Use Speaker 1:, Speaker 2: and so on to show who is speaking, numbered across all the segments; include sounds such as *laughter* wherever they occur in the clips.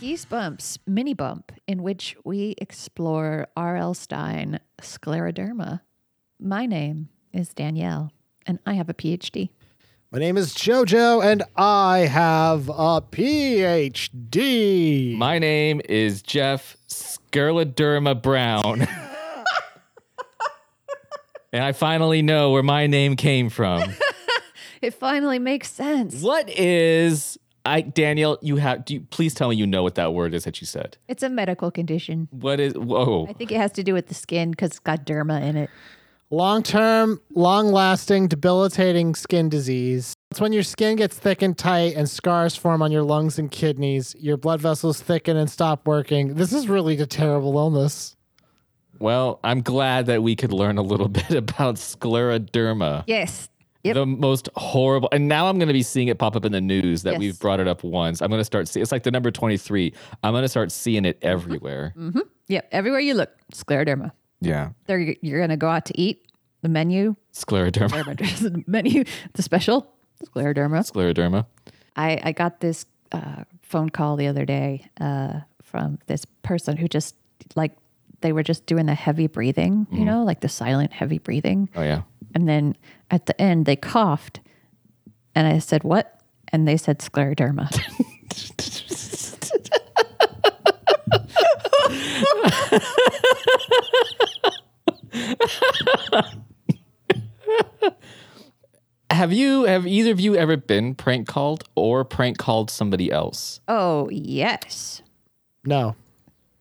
Speaker 1: Yeast Bumps mini bump, in which we explore R.L. Stein scleroderma. My name is Danielle, and I have a PhD.
Speaker 2: My name is JoJo, and I have a PhD.
Speaker 3: My name is Jeff Scurloderma Brown. and I finally know where my name
Speaker 1: *laughs*
Speaker 3: came from.
Speaker 1: It finally makes sense.
Speaker 3: what is I Daniel, you have do you, please tell me you know what that word is that you said.
Speaker 1: It's a medical condition.
Speaker 3: What is whoa.
Speaker 1: I think it has to do with the skin because it's got derma in it.
Speaker 2: Long term, long lasting, debilitating skin disease. It's when your skin gets thick and tight and scars form on your lungs and kidneys. Your blood vessels thicken and stop working. This is really a terrible illness.
Speaker 3: Well, I'm glad that we could learn a little *laughs* bit about scleroderma.
Speaker 1: Yes. Yep.
Speaker 3: The most horrible, and now I'm going to be seeing it pop up in the news that
Speaker 1: Yes.
Speaker 3: we've brought it up once. I'm going to start see. It's like the number 23. I'm going to start seeing it everywhere.
Speaker 1: Mm-hmm. Yep. Everywhere you look, scleroderma.
Speaker 3: Yeah,
Speaker 1: There, you're going to go out to eat. The menu, *laughs*
Speaker 3: scleroderma.
Speaker 1: the menu, the special, scleroderma.
Speaker 3: Scleroderma.
Speaker 1: I, I got this uh, phone call the other day uh, from this person who just like they were just doing the heavy breathing, you know, like the silent heavy breathing.
Speaker 3: Oh yeah.
Speaker 1: And then at the end, they coughed. And I said, What? And they said scleroderma. *laughs*
Speaker 3: Have you have either of you ever been prank called or prank called somebody else?
Speaker 1: oh, yes.
Speaker 2: No.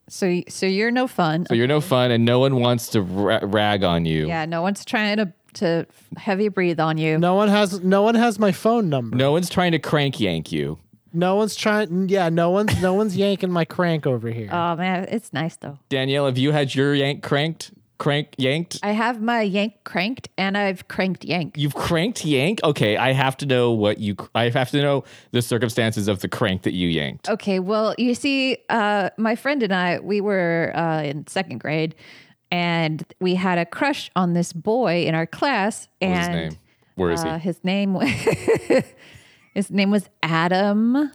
Speaker 1: So, y- so you're no fun.
Speaker 3: So you're no fun, and no one wants to ra- rag on you.
Speaker 1: yeah, no one's trying to, to heavy breathe on you.
Speaker 2: No one has no one has my phone number.
Speaker 3: No one's trying to crank yank you.
Speaker 2: No one's trying yeah, no one's no one's *laughs* yanking my crank over here.
Speaker 1: Oh, man. It's nice, though.
Speaker 3: Danielle, have you had your yank cranked? Crank yanked?
Speaker 1: I have my yank cranked and I've cranked yank.
Speaker 3: You've cranked yank? Okay, I have to know what you. I have to know the circumstances of the crank that you yanked.
Speaker 1: Okay, well, you see, uh, my friend and I, we were uh, in second grade, and we had a crush on this boy in our class.
Speaker 3: What
Speaker 1: And
Speaker 3: was his name? Where is
Speaker 1: Uh,
Speaker 3: he?
Speaker 1: his name, wa- *laughs* his name was Adam.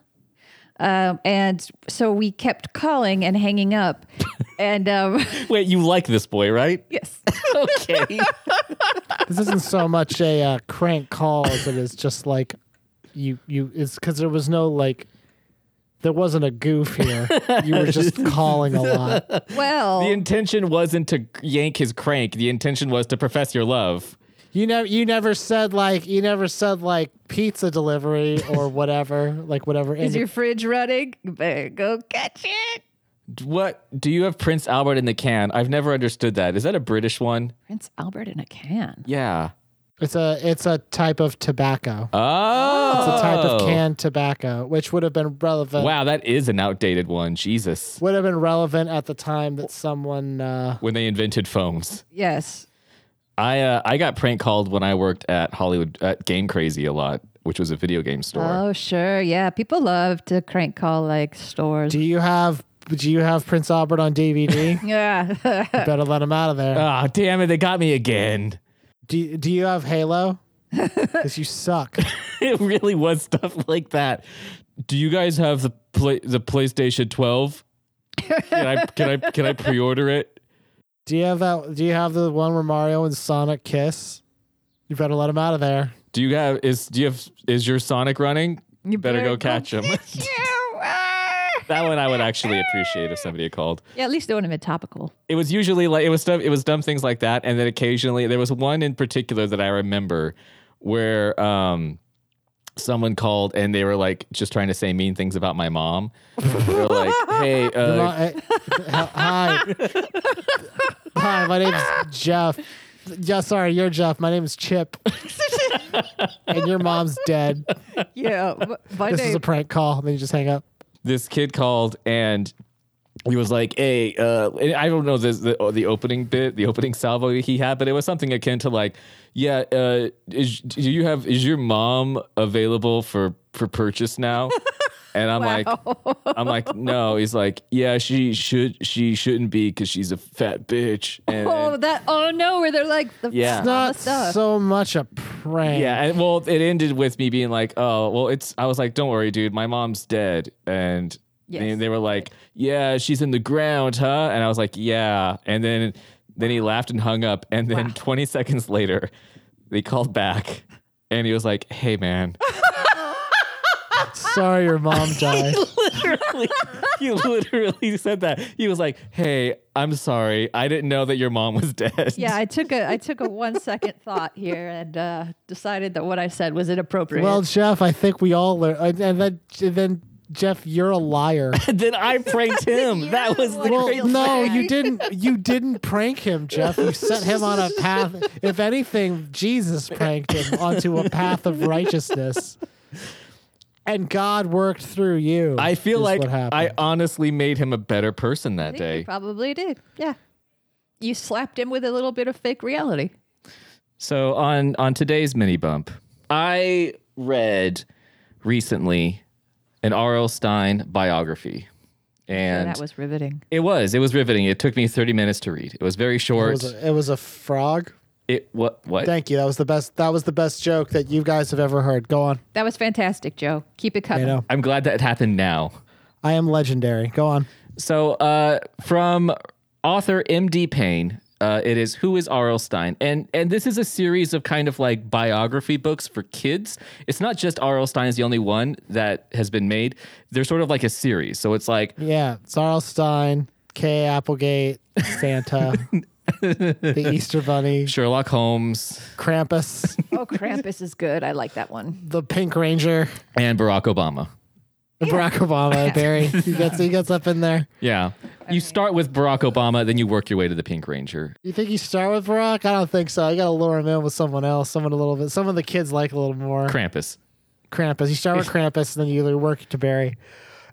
Speaker 1: Um, and so we kept calling and hanging
Speaker 3: *laughs*
Speaker 1: up, and um, *laughs*
Speaker 3: Wait, you like this boy, right?
Speaker 1: yes,
Speaker 3: Okay.
Speaker 2: this isn't so much a uh, crank call as it is just like you you it's because there was no like there wasn't a goof here you were
Speaker 3: *laughs*
Speaker 2: just calling a lot
Speaker 1: well,
Speaker 3: the intention wasn't to yank his crank. The intention was to profess your love.
Speaker 2: you know you never said like you never said like pizza delivery or whatever like whatever
Speaker 1: is
Speaker 2: indi-
Speaker 1: your fridge running? You better go catch it.
Speaker 3: What do you have Prince Albert in the can? I've never understood that. Is that a British one?
Speaker 1: Prince Albert in a can.
Speaker 3: Yeah.
Speaker 2: it's a it's a type of tobacco
Speaker 3: Oh.
Speaker 2: it's a type of canned tobacco which would have been relevant
Speaker 3: Wow, that is an outdated one. Jesus.
Speaker 2: would have been relevant at the time that someone uh
Speaker 3: When they invented phones.
Speaker 1: Yes,
Speaker 3: I uh, I got prank called when I worked at Hollywood at Game Crazy a lot, which was a video game store.
Speaker 1: Oh, sure. Yeah. People love to crank call like stores.
Speaker 2: do you have do you have prince albert on
Speaker 1: *laughs*
Speaker 2: dvd
Speaker 1: yeah.
Speaker 2: You better let him out of there
Speaker 3: Ah, damn it, they got me again. *laughs*
Speaker 2: Do you, do you have Halo? Because you suck.
Speaker 3: it really was stuff like that. Do you guys have the play, the PlayStation 12? Can I can I can I pre-order it?
Speaker 2: Do you have that? Do you have the one where Mario and Sonic kiss? You better let him out of there.
Speaker 3: Do you have is do you have is your Sonic running?
Speaker 1: You
Speaker 3: better, go catch *laughs* him. that one I would actually appreciate if somebody had called.
Speaker 1: yeah, at least it wouldn't have been topical.
Speaker 3: It was usually like it was stuff. It was dumb things like that, and then occasionally there was one in particular that I remember where um, someone called and they were like just trying to say mean things about my mom. they were like, *laughs* "Hey,
Speaker 2: Your
Speaker 3: uh,
Speaker 2: mo- eh, *laughs* hi, hi. My name's Jeff. Yeah, sorry, you're Jeff. My name is Chip, and your mom's dead.
Speaker 1: yeah.
Speaker 2: *laughs*
Speaker 1: but My
Speaker 2: This is
Speaker 1: name,
Speaker 2: a prank call. And then you just hang up.
Speaker 3: this kid called and he was like, "Hey, uh, and I don't know this, the oh, the opening bit, the opening salvo he had, but it was something akin to like, yeah, uh, is, do you have is your mom available for for purchase now?" And I'm like, I'm like, no. He's like, yeah, she should, she shouldn't be because she's a fat bitch. And,
Speaker 1: oh, that. Oh, no. Where they're like, the all
Speaker 3: Yeah.
Speaker 2: It's
Speaker 1: the
Speaker 2: not
Speaker 1: stuff.
Speaker 2: so much a prank.
Speaker 3: yeah, and well, it ended with me being like, oh, well, it's. I was like, don't worry, dude, my mom's dead, and They,
Speaker 1: Yes,
Speaker 3: they were like, "Yeah, she's in the ground, huh?" And I was like, "Yeah." And then then he laughed and hung up. And then 20 seconds later, they called back, and he was like,
Speaker 1: *laughs*
Speaker 3: "Hey, man." *laughs*
Speaker 2: Sorry, your mom died.
Speaker 3: literally, he literally said that. He was like, "Hey, I'm sorry. I didn't know that your mom was dead."
Speaker 1: Yeah, I took a I took a one second thought here and uh, decided that what I said was inappropriate.
Speaker 2: well, Jeff, I think we all learned. And then, then Jeff, you're a liar.
Speaker 3: *laughs* And then
Speaker 1: *laughs*
Speaker 3: I pranked him. that was the
Speaker 1: Well,
Speaker 3: crazy.
Speaker 1: feel
Speaker 2: no,
Speaker 1: bad.
Speaker 2: you didn't. You didn't prank him, Jeff. You set him on a path. If anything, Jesus pranked him onto a path of righteousness, and God worked through you.
Speaker 3: I feel
Speaker 2: is
Speaker 3: like
Speaker 2: what
Speaker 3: I
Speaker 2: happened.
Speaker 3: honestly made him a better person that
Speaker 1: I think you
Speaker 3: day.
Speaker 1: probably did. Yeah, you slapped him with a little bit of fake reality.
Speaker 3: So on on today's mini bump, I read recently an R.L. Stein biography,
Speaker 1: So
Speaker 3: and
Speaker 1: that was riveting.
Speaker 3: it was it was riveting. It took me thirty minutes to read. It was very
Speaker 2: it
Speaker 3: short.
Speaker 2: was, a, it was a frog.
Speaker 3: it what what
Speaker 2: Thank you. That was the best. That was the best joke that you guys have ever heard. Go on.
Speaker 1: That was fantastic, Joe. Keep it
Speaker 2: I
Speaker 1: coming.
Speaker 2: know.
Speaker 3: I'm glad that happened now.
Speaker 2: I am legendary. Go on.
Speaker 3: So, uh, from author M.D. Payne, uh, it is Who is R.L. Stein? And, and this is a series of kind of like biography books for kids. It's not just R.L. Stein is the only one that has been made. They're sort of like a series. So it's like
Speaker 2: Yeah, Charles Stein, Kay Applegate,
Speaker 3: *laughs*
Speaker 2: Santa, the Easter Bunny,
Speaker 3: Sherlock Holmes
Speaker 2: Krampus,
Speaker 1: Oh, Krampus is good. I like that
Speaker 2: *laughs*
Speaker 1: one.
Speaker 2: the Pink Ranger,
Speaker 3: and Barack Obama.
Speaker 2: *laughs* Barack Obama,
Speaker 1: *laughs*
Speaker 2: Barry. He gets he gets up in there.
Speaker 3: Yeah. You start with Barack Obama, then you work your way to the Pink Ranger.
Speaker 2: You think you start with Barack? I don't think so. You got to lure him in with someone else, someone a little bit. Some of the kids like a little more
Speaker 3: Krampus.
Speaker 2: Krampus. You
Speaker 3: *laughs*
Speaker 2: start with Krampus, and then you work to Barry.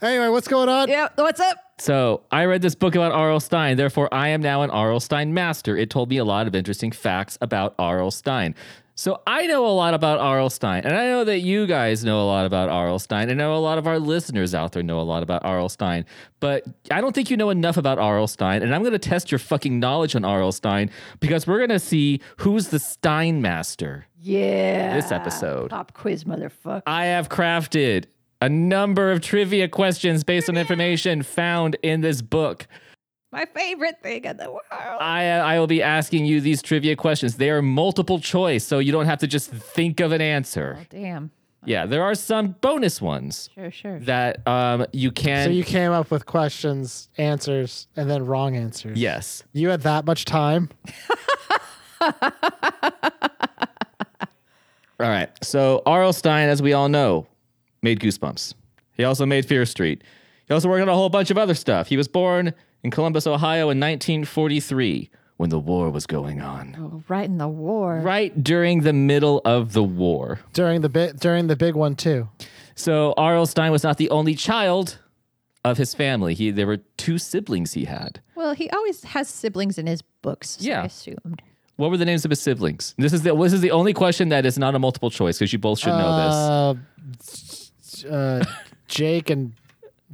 Speaker 2: Anyway, what's going on?
Speaker 1: Yeah, what's up?
Speaker 3: So I read this book about R.L. Stein, therefore I am now an R.L. Stein master. It told me a lot of interesting facts about R.L. Stein. So I know a lot about R.L. Stein, and I know that you guys know a lot about R.L. Stein, and I know a lot of our listeners out there know a lot about R.L. Stein. But I don't think you know enough about R.L. Stein, and I'm going to test your fucking knowledge on R.L. Stein because we're going to see who's the Stein master.
Speaker 1: Yeah.
Speaker 3: This episode.
Speaker 1: Pop quiz, motherfucker.
Speaker 3: I have crafted a number of trivia questions based on information found in this book.
Speaker 1: My favorite thing in the world.
Speaker 3: I uh, I will be asking you these trivia questions. They are multiple choice, so you don't have to just think of an answer.
Speaker 1: Damn.
Speaker 3: Yeah, there are some bonus ones
Speaker 1: Sure, sure.
Speaker 3: that um you can.
Speaker 2: So you came up with questions, answers, and then wrong answers.
Speaker 3: yes.
Speaker 2: You had that much time.
Speaker 3: All right. So R.L. Stein, as we all know, made Goosebumps. He also made Fear Street. He also worked on a whole bunch of other stuff. He was born in Columbus, Ohio, in 1943 when the war was going on.
Speaker 1: Oh, right in the war.
Speaker 3: Right during the middle of the war.
Speaker 2: during the bit during the big one too.
Speaker 3: So R.L. Stein was not the only child of his family. He there were two siblings he had.
Speaker 1: Well, he always has siblings in his books. so
Speaker 3: Yeah.
Speaker 1: I assumed.
Speaker 3: What were the names of his siblings? This is the this is the only question that is not a multiple choice because you both should know
Speaker 2: Uh, uh, Jake and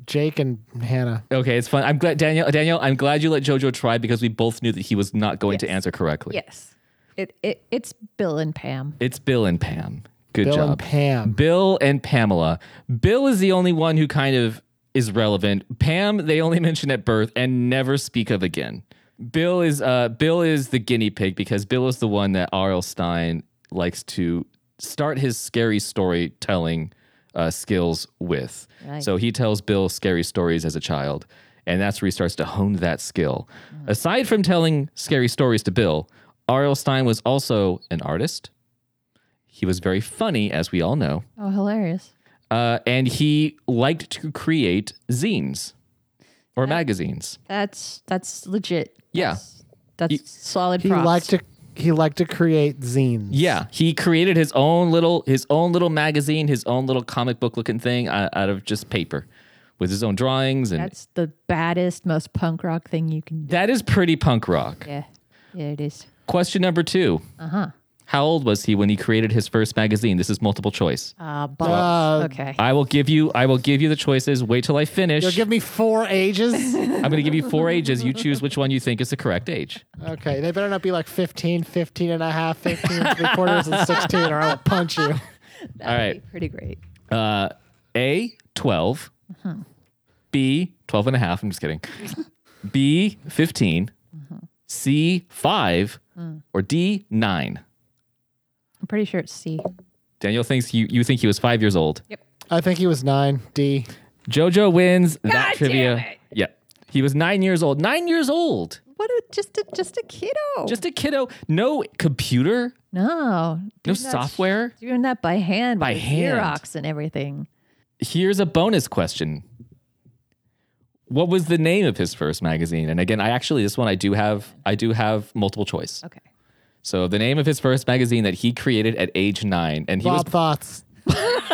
Speaker 2: Jake and Hannah.
Speaker 3: this. Okay, it's fun. I'm glad Daniel Daniel. I'm glad you let JoJo try because we both knew that he was not going to
Speaker 1: Yes.
Speaker 3: answer correctly.
Speaker 1: Yes. It, it it's Bill and Pam.
Speaker 3: It's Bill and Pam. Good
Speaker 2: Bill
Speaker 3: job.
Speaker 2: and Pam.
Speaker 3: Bill and Pamela. Bill is the only one who kind of is relevant. Pam, they only *laughs* mention at birth and never speak of again. Bill is uh Bill is the guinea pig because Bill is the one that R.L. Stein likes to start his scary storytelling uh, skills with.
Speaker 1: Right.
Speaker 3: So he tells Bill scary stories as a child, and that's where he starts to hone that skill.
Speaker 1: Mm.
Speaker 3: Aside from telling scary stories to Bill, R.L. Stein was also an artist. He was very funny, as we all know
Speaker 1: Oh, hilarious.
Speaker 3: uh, and he liked to create zines
Speaker 1: Uh,
Speaker 3: or magazines.
Speaker 1: That's that's legit.
Speaker 3: Yeah.
Speaker 1: That's, that's solid
Speaker 2: He
Speaker 1: props.
Speaker 2: liked to he liked to create zines.
Speaker 3: Yeah, he created his own little his own little magazine, his own little comic book looking thing uh, out of just paper, with his own drawings, and
Speaker 1: That's the baddest, most punk rock thing you can do.
Speaker 3: that is pretty punk rock.
Speaker 1: Yeah. Yeah, it is.
Speaker 3: Question number two. Uh
Speaker 1: Uh-huh.
Speaker 3: huh. How old was he when he created his first magazine? This is multiple choice.
Speaker 1: Uh, balls. okay.
Speaker 3: I will give you. I will give you the choices. Wait till I finish.
Speaker 2: You'll give me four
Speaker 1: *laughs*
Speaker 2: ages.
Speaker 3: I'm going to give you four ages. You choose which one you think is the correct age.
Speaker 2: okay. They better not be like 15, 15 and a half, 15 and three quarters, and 16, or I will punch you.
Speaker 1: That
Speaker 3: all uh,
Speaker 1: would
Speaker 3: right.
Speaker 1: be pretty great.
Speaker 3: Uh, A, 12, B, 12 and a half. I'm
Speaker 1: *laughs*
Speaker 3: just kidding. B, 15.
Speaker 1: Mm-hmm.
Speaker 3: C, 5.
Speaker 1: Mm.
Speaker 3: Or D, 9.
Speaker 1: I'm pretty sure it's C.
Speaker 3: Daniel thinks you, you think he was five years old.
Speaker 2: I think he was nine. D.
Speaker 3: JoJo wins that
Speaker 1: damn
Speaker 3: trivia.
Speaker 1: it.
Speaker 3: Yeah. He was nine years old. Nine years old.
Speaker 1: What a just a just a kiddo.
Speaker 3: Just a kiddo. No computer,
Speaker 1: no.
Speaker 3: no
Speaker 1: doing that sh-
Speaker 3: software.
Speaker 1: Doing that by hand,
Speaker 3: By
Speaker 1: with the
Speaker 3: hand.
Speaker 1: Xerox and everything.
Speaker 3: Here's a bonus question. What was the name of his first magazine? And again, I actually this one I do have I do have multiple choice.
Speaker 1: Okay.
Speaker 3: So the name of his first magazine that he created at age nine, and he
Speaker 2: Bob thoughts.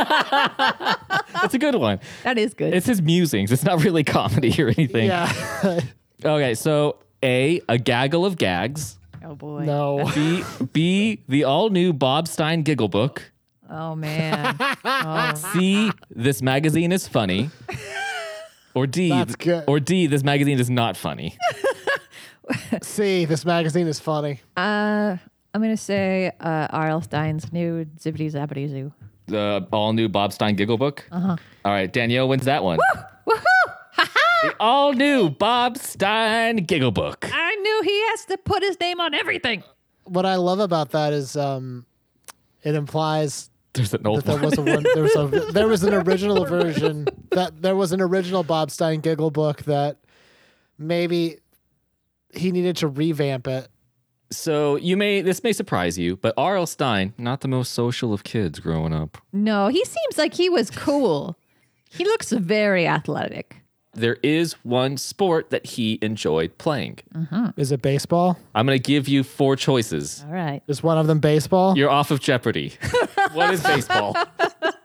Speaker 3: was—that's a good one.
Speaker 1: That is good.
Speaker 3: It's his musings. It's not really *laughs* comedy or anything.
Speaker 2: Yeah. *laughs*
Speaker 3: Okay, so a a gaggle of gags.
Speaker 1: oh boy.
Speaker 2: no.
Speaker 3: B B the all new Bob Stein Giggle Book.
Speaker 1: Oh man.
Speaker 3: C this magazine is funny. Or D
Speaker 2: That's good.
Speaker 3: or D this magazine is not funny.
Speaker 2: C. This magazine is funny.
Speaker 1: uh I'm gonna say uh R.L. Stein's new Zibbity Zabbity Zoo.
Speaker 3: the all new Bob Stein Giggle Book. Uh-huh. right, Danielle wins that one. Woo! The all new Bob Stein Giggle Book.
Speaker 1: I knew he has to put his name on everything.
Speaker 2: What I love about that is um, it implies
Speaker 3: There's an old
Speaker 2: that there
Speaker 3: one.
Speaker 2: was a one, there was a there was an original version that there was an original Bob Stein giggle book that maybe he needed to revamp it.
Speaker 3: So you may this may surprise you, but R.L. Stein, not the most social of kids growing up.
Speaker 1: No, he seems like he was cool. he looks very athletic.
Speaker 3: There is one sport that he enjoyed playing.
Speaker 2: Is it baseball?
Speaker 3: I'm gonna give you four choices.
Speaker 1: All right.
Speaker 2: Is one of them baseball?
Speaker 3: You're off of *laughs* Jeopardy. what is baseball?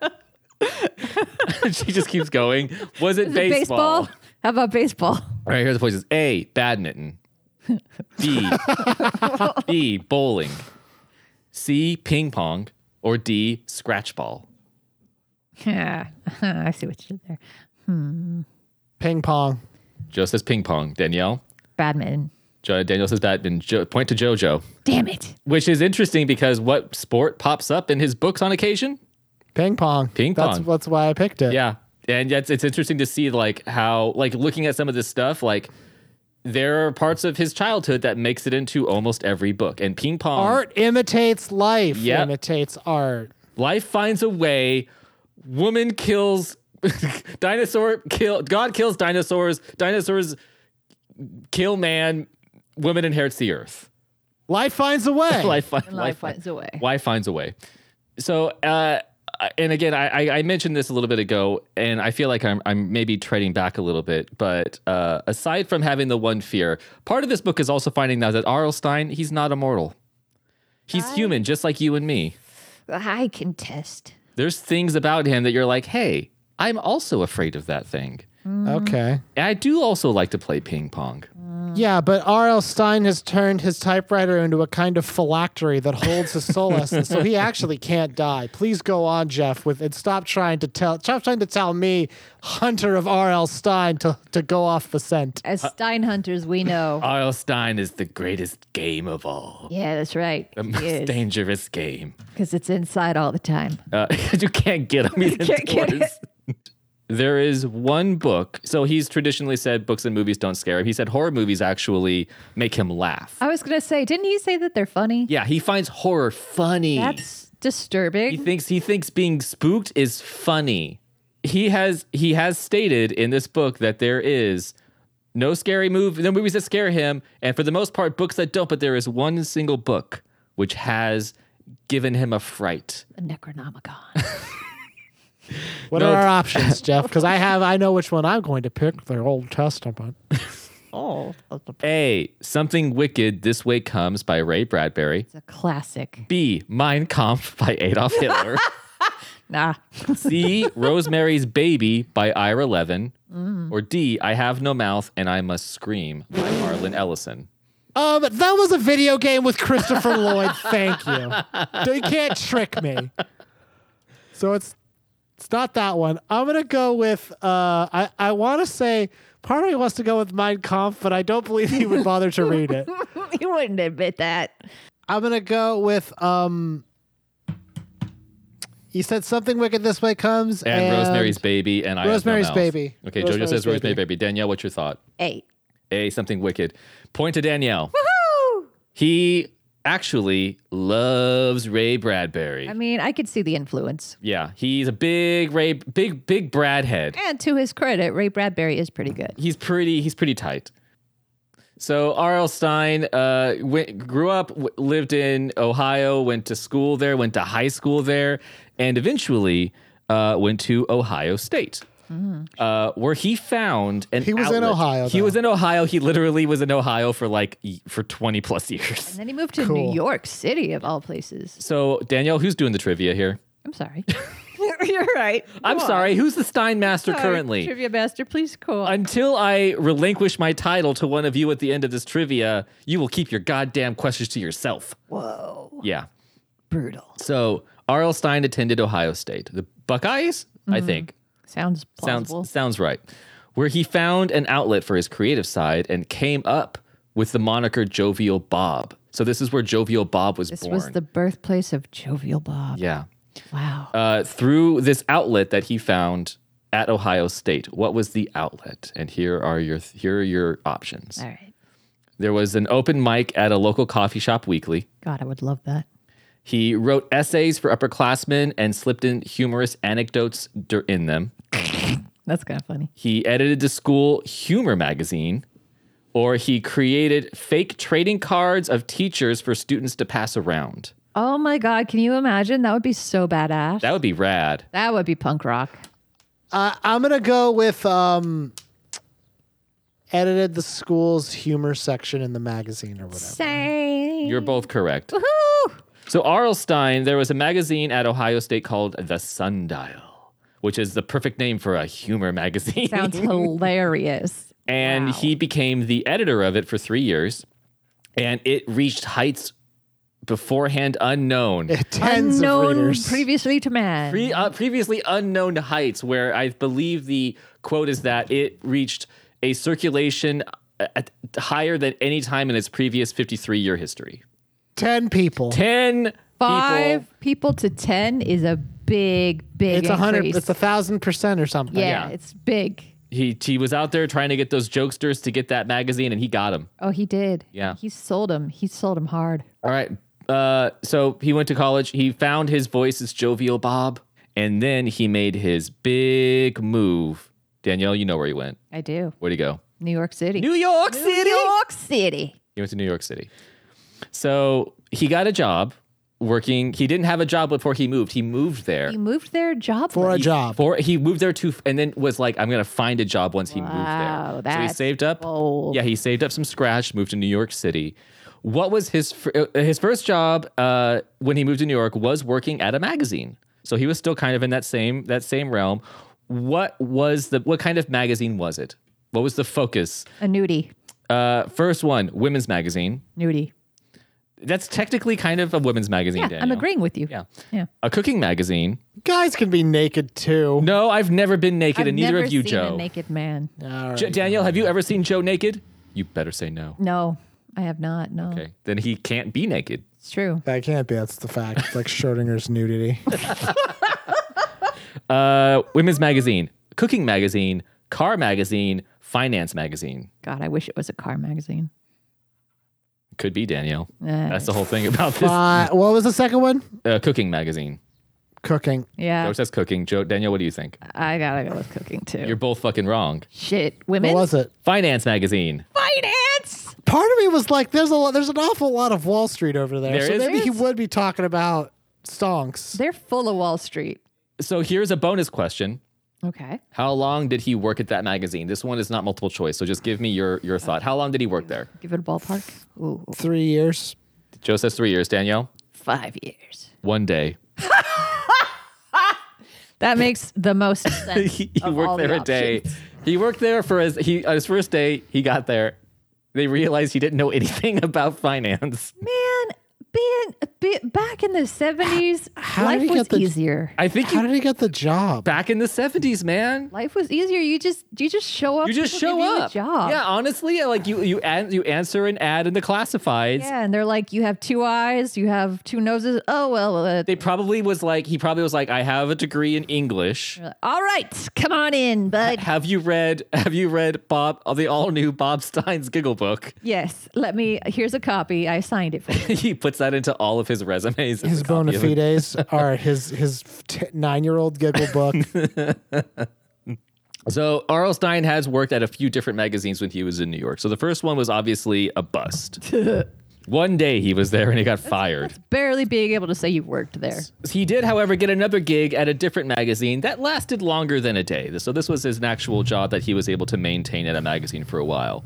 Speaker 3: *laughs* she just keeps going. Was it
Speaker 1: Is it
Speaker 3: baseball?
Speaker 1: baseball? How about baseball?
Speaker 3: All right, here are the choices: A. Badminton. *laughs* B. B. Bowling. C. Ping pong. Or D. Scratch ball.
Speaker 1: *laughs* Yeah, *laughs* I see what you did there.
Speaker 2: Ping pong.
Speaker 3: Joe says ping pong. Danielle.
Speaker 1: Badminton.
Speaker 3: Jo- Danielle says badminton. Jo- point to JoJo,
Speaker 1: Damn it.
Speaker 3: which is interesting because what sport pops up in his books on occasion?
Speaker 2: Ping pong.
Speaker 3: Ping
Speaker 2: that's,
Speaker 3: pong.
Speaker 2: That's why I picked it.
Speaker 3: Yeah, and it's it's interesting to see like how like looking at some of this stuff like. There are parts of his childhood that makes it into almost every book, and ping pong.
Speaker 2: Art imitates life.
Speaker 3: Yep.
Speaker 2: Imitates art.
Speaker 3: Life finds a way. Woman kills *laughs* dinosaur kill God kills dinosaurs. Dinosaurs kill man. Woman inherits the earth.
Speaker 2: Life finds a way.
Speaker 3: *laughs* Life, fi-
Speaker 1: And life finds a way.
Speaker 3: Why finds a way. So, uh, and again, I, I I mentioned this a little bit ago, and I feel like I'm, I'm maybe treading back a little bit. But uh, aside from having the one fear, part of this book is also finding out that Arlstein, he's not immortal. He's human, just like you and me.
Speaker 1: I can test.
Speaker 3: there's things about him that you're like, hey, I'm also afraid of that thing.
Speaker 2: Okay.
Speaker 3: And I do also like to play ping pong.
Speaker 2: Yeah, but R.L. Stein has turned his typewriter into a kind of phylactery that holds his soul
Speaker 3: *laughs*
Speaker 2: essence, so he actually can't die. Please go on, Jeff, with and stop trying to tell stop trying to tell me, Hunter of R.L. Stein, to, to go off the scent.
Speaker 1: As Stein hunters, *laughs* we know.
Speaker 3: Arl Stein is the greatest game of all.
Speaker 1: yeah, that's right.
Speaker 3: The *laughs* most dangerous game.
Speaker 1: Because it's inside all the time.
Speaker 3: Uh, *laughs* you can't get him. He's
Speaker 1: Can't get
Speaker 3: indoors. *laughs* There is one book. So he's traditionally said books and movies don't scare him. He said horror movies actually make him laugh.
Speaker 1: I was going to say, didn't he say that they're funny?
Speaker 3: Yeah, he finds horror funny.
Speaker 1: That's
Speaker 3: he
Speaker 1: disturbing.
Speaker 3: thinks he thinks being spooked is funny. He has he has stated in this book that there is no scary move, no movies that scare him, and for the most part, books that don't. But there is one single book which has given him a fright.
Speaker 1: The Necronomicon.
Speaker 2: What
Speaker 3: No,
Speaker 2: are our
Speaker 3: it's- *laughs*
Speaker 2: options, Jeff? Because I have I know which one I'm going to pick, the Old Testament.
Speaker 1: oh,
Speaker 3: A. Something Wicked This Way Comes by Ray Bradbury.
Speaker 1: it's a classic.
Speaker 3: B. Mein Kampf by Adolf
Speaker 2: *laughs*
Speaker 3: Hitler.
Speaker 1: *laughs* Nah.
Speaker 3: C. Rosemary's Baby by Ira Levin.
Speaker 2: Mm.
Speaker 3: Or D. I Have No Mouth and I Must Scream by Harlan Ellison.
Speaker 2: Um, that was a video game with Christopher Lloyd. Thank *laughs* you. You can't trick me. So it's it's not that one. I'm gonna go with uh, I I want to say part of me wants to go with Mein Kampf, but I don't believe he would bother to read *laughs* it.
Speaker 1: *laughs* you wouldn't admit that.
Speaker 2: I'm gonna go with um, You said something wicked this way comes
Speaker 3: and, Rosemary's Baby, and I
Speaker 2: Rosemary's
Speaker 3: have no mouth.
Speaker 2: Baby.
Speaker 3: Okay,
Speaker 2: Rosemary's
Speaker 3: Jojo says Rosemary's
Speaker 2: Baby.
Speaker 3: baby. Danielle, what's your thought?
Speaker 1: Eight.
Speaker 3: A something wicked. Point
Speaker 2: *laughs*
Speaker 3: to Danielle. Woohoo! He actually loves Ray Bradbury.
Speaker 1: I mean, I could see the influence.
Speaker 3: yeah, he's a big Ray, big big Brad head.
Speaker 1: And to his credit, Ray Bradbury is pretty good.
Speaker 3: he's pretty he's pretty tight. So R.L. Stein uh, went, grew up, w- lived in Ohio, went to school there, went to high school there, and eventually uh, went to Ohio State,
Speaker 1: Hmm.
Speaker 3: uh, where he found an.
Speaker 2: He was in
Speaker 3: outlet.
Speaker 2: Ohio,
Speaker 3: He
Speaker 2: though.
Speaker 3: was in Ohio. He literally was in Ohio for like y- for twenty plus years.
Speaker 1: And then he moved to
Speaker 2: Cool.
Speaker 1: New York City, of all places.
Speaker 3: So Danielle, who's doing the trivia here?
Speaker 1: I'm
Speaker 3: *laughs*
Speaker 1: sorry. *laughs* You're right.
Speaker 3: I'm
Speaker 1: Go on.
Speaker 3: sorry, who's the Stein master
Speaker 1: Sorry,
Speaker 3: currently?
Speaker 1: Trivia Master, please go on.
Speaker 3: Until I relinquish my title to one of you at the end of this trivia, you will keep your goddamn questions to yourself.
Speaker 1: Whoa.
Speaker 3: Yeah.
Speaker 1: Brutal.
Speaker 3: So R.L. Stein attended Ohio State. The Buckeyes, I think.
Speaker 1: Sounds
Speaker 3: Sounds
Speaker 1: Mm-hmm. plausible.
Speaker 3: sounds right. Where he found an outlet for his creative side and came up with the moniker Jovial Bob. So this is where Jovial Bob was
Speaker 1: this
Speaker 3: born.
Speaker 1: was the birthplace of Jovial Bob.
Speaker 3: yeah.
Speaker 1: Wow.
Speaker 3: Uh, through this outlet that he found at Ohio State. What was the outlet? And here are your here are your options.
Speaker 1: all right.
Speaker 3: There was an open mic at a local coffee shop weekly.
Speaker 1: God, I would love that.
Speaker 3: He wrote essays for upperclassmen and slipped in humorous anecdotes dur- in them.
Speaker 1: That's kind of funny.
Speaker 3: He edited the school humor magazine, or he created fake trading cards of teachers for students to pass around.
Speaker 1: Oh my God, can you imagine? That would be so badass.
Speaker 3: That would be rad.
Speaker 1: That would be punk rock.
Speaker 2: Uh, I'm gonna go with um, edited the school's humor section in the magazine or whatever.
Speaker 1: Same.
Speaker 3: You're both correct. *laughs* So, Arlstein, there was a magazine at Ohio State called The Sundial, which is the perfect name for a humor *laughs* magazine.
Speaker 1: Sounds hilarious.
Speaker 3: and
Speaker 1: Wow.
Speaker 3: he became the editor of it for three years, and it reached heights beforehand
Speaker 1: *laughs*
Speaker 3: unknown,
Speaker 2: Eh, Tens of
Speaker 1: Unknown
Speaker 2: readers.
Speaker 1: previously to man.
Speaker 3: Pre- uh, previously unknown heights, where I believe the quote is that it reached a circulation uh, at, higher than any time in its previous 53 year history.
Speaker 2: Ten people.
Speaker 3: Ten
Speaker 1: Five people.
Speaker 3: people.
Speaker 1: to ten is a big, big.
Speaker 2: it's a hundred.
Speaker 1: increase.
Speaker 2: It's a thousand percent or something.
Speaker 1: yeah,
Speaker 3: yeah.
Speaker 1: it's big.
Speaker 3: He he was out there trying to get those jokesters to get that magazine, and he got them.
Speaker 1: Oh, he did.
Speaker 3: Yeah.
Speaker 1: he sold him. He sold him hard.
Speaker 3: All right. Uh, so he went to college. He found his voice as Jovial Bob, and then he made his big move. Danielle, you know where he went.
Speaker 1: I do.
Speaker 3: Where'd he go?
Speaker 1: New York City.
Speaker 3: New York City.
Speaker 1: York City.
Speaker 3: He went to New York City. So he got a job working. He didn't have a job before he moved. He moved there.
Speaker 1: He moved there jobless.
Speaker 2: For a job.
Speaker 3: For he moved there to, and then was like, "I'm gonna find a job once he
Speaker 1: Wow,
Speaker 3: moved there." so he
Speaker 1: that's
Speaker 3: saved up.
Speaker 1: bold.
Speaker 3: Yeah, he saved up some scratch, moved to New York City. What was his fir- uh, his first job uh, when he moved to New York was working at a magazine. So he was still kind of in that same that same realm. What was the what kind of magazine was it? What was the focus?
Speaker 1: a nudie.
Speaker 3: Uh, first one, women's magazine.
Speaker 1: Nudie.
Speaker 3: That's technically kind of a women's magazine.
Speaker 1: Yeah, I'm
Speaker 3: Danielle.
Speaker 1: agreeing with you.
Speaker 3: Yeah.
Speaker 1: yeah.
Speaker 3: A cooking magazine.
Speaker 2: Guys can be naked too.
Speaker 3: No, I've never been naked,
Speaker 1: I've
Speaker 3: and neither
Speaker 1: never
Speaker 3: of you,
Speaker 1: seen
Speaker 3: Joe.
Speaker 1: A naked man.
Speaker 2: All right.
Speaker 3: J- Danielle, have you ever seen Joe naked? Mm. You better say no.
Speaker 1: No, I have not. No,
Speaker 3: Okay, then he can't be naked.
Speaker 1: it's true.
Speaker 2: that can't be. That's the fact. It's like Schrodinger's
Speaker 3: *laughs*
Speaker 2: nudity.
Speaker 3: Uh, women's magazine, cooking magazine, car magazine, finance magazine.
Speaker 1: God, I wish it was a car magazine.
Speaker 3: Could be Danielle.
Speaker 1: Eh,
Speaker 3: That's the whole thing about this
Speaker 2: uh, what was the second one?
Speaker 3: uh, cooking magazine.
Speaker 2: Cooking.
Speaker 1: yeah,
Speaker 3: Joe says cooking. Joe, Danielle, what do you think?
Speaker 1: I gotta go with cooking too.
Speaker 3: You're both fucking wrong.
Speaker 1: Shit,
Speaker 2: What
Speaker 1: women.
Speaker 2: was it?
Speaker 3: Finance magazine.
Speaker 1: Finance.
Speaker 2: Part of me was like, "There's a lot, there's an awful lot of Wall Street over there,
Speaker 3: There
Speaker 2: so
Speaker 3: is.
Speaker 2: maybe he
Speaker 1: There is.
Speaker 2: would be talking about stonks."
Speaker 1: They're full of Wall Street.
Speaker 3: So here's a bonus question.
Speaker 1: Okay.
Speaker 3: How long did he work at that magazine? This one is not multiple choice, so just give me your your thought. How long did he work there?
Speaker 1: Give it a ballpark. Ooh,
Speaker 2: Three years.
Speaker 3: Joe says three years. Danielle,
Speaker 1: five years.
Speaker 3: one day.
Speaker 1: That makes the most
Speaker 3: *laughs*
Speaker 1: sense.
Speaker 3: he
Speaker 1: of all
Speaker 3: worked
Speaker 1: the
Speaker 3: there a day. He worked there for his he on his first day. He got there. They realized he didn't know *laughs* anything about finance.
Speaker 1: Man, being be, back in the 70s,
Speaker 2: How did
Speaker 1: Life
Speaker 2: he
Speaker 1: was
Speaker 2: get the
Speaker 1: easier.
Speaker 3: I think
Speaker 2: How
Speaker 3: you
Speaker 2: did he get the job?
Speaker 3: back in the 70s, man.
Speaker 1: Life was easier. You just you just show up.
Speaker 3: You just
Speaker 1: people
Speaker 3: show
Speaker 1: give you a
Speaker 3: up.
Speaker 1: job.
Speaker 3: Yeah, honestly, I like you you an- you answer an ad in the classifieds.
Speaker 1: Yeah, and they're like, you have two eyes, you have two noses. Oh well. Uh,
Speaker 3: They probably was like he probably was like I have a degree in English.
Speaker 1: all right, come on in, *laughs* bud.
Speaker 3: Have you read Have you read Bob the all new Bob Stein's Giggle Book? *laughs*
Speaker 1: yes, let me. Here's a copy. I signed it for you.
Speaker 3: he puts that into all of his resumes. as
Speaker 2: His
Speaker 3: a copy
Speaker 2: bona
Speaker 3: of it.
Speaker 2: fides
Speaker 3: *laughs*
Speaker 2: are his his t- nine year old giggle book.
Speaker 3: *laughs* So Arl Stein has worked at a few different magazines when he was in New York. So the first one was obviously a bust. one day he was there and he got fired.
Speaker 1: Barely being able to say you worked there.
Speaker 3: He did, however, get another gig at a different magazine that lasted longer than a day. So this was his actual job that he was able to maintain at a magazine for a while.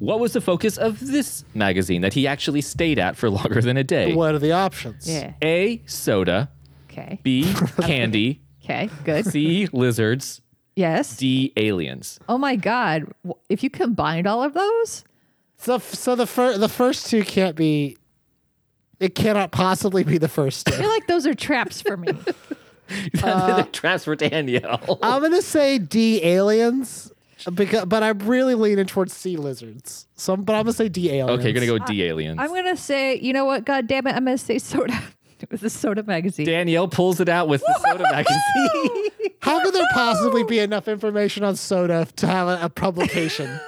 Speaker 3: What was the focus of this magazine that he actually stayed at for *laughs* longer than a day?
Speaker 2: what are the options?
Speaker 1: Yeah.
Speaker 3: A soda,
Speaker 1: Okay.
Speaker 3: B candy,
Speaker 1: Okay. Good.
Speaker 3: C lizards,
Speaker 1: *laughs* Yes.
Speaker 3: D aliens.
Speaker 1: oh my God! W- If you combined all of those,
Speaker 2: So so the first the first two can't be. It cannot possibly be the first
Speaker 1: I
Speaker 3: *laughs*
Speaker 2: two.
Speaker 1: feel like those are traps for *laughs* me.
Speaker 3: the transfer Danielle.
Speaker 2: I'm gonna say D aliens because, but I'm really leaning towards sea lizards. So, but I'm gonna say D aliens.
Speaker 3: Okay, you're gonna go D aliens.
Speaker 1: I'm gonna say, you know what? God damn it! I'm gonna say soda. *laughs* it was a soda magazine.
Speaker 3: Danielle pulls it out with the
Speaker 1: *laughs*
Speaker 3: soda magazine.
Speaker 2: How could there possibly
Speaker 3: *laughs*
Speaker 2: be enough information on soda to have a, a publication?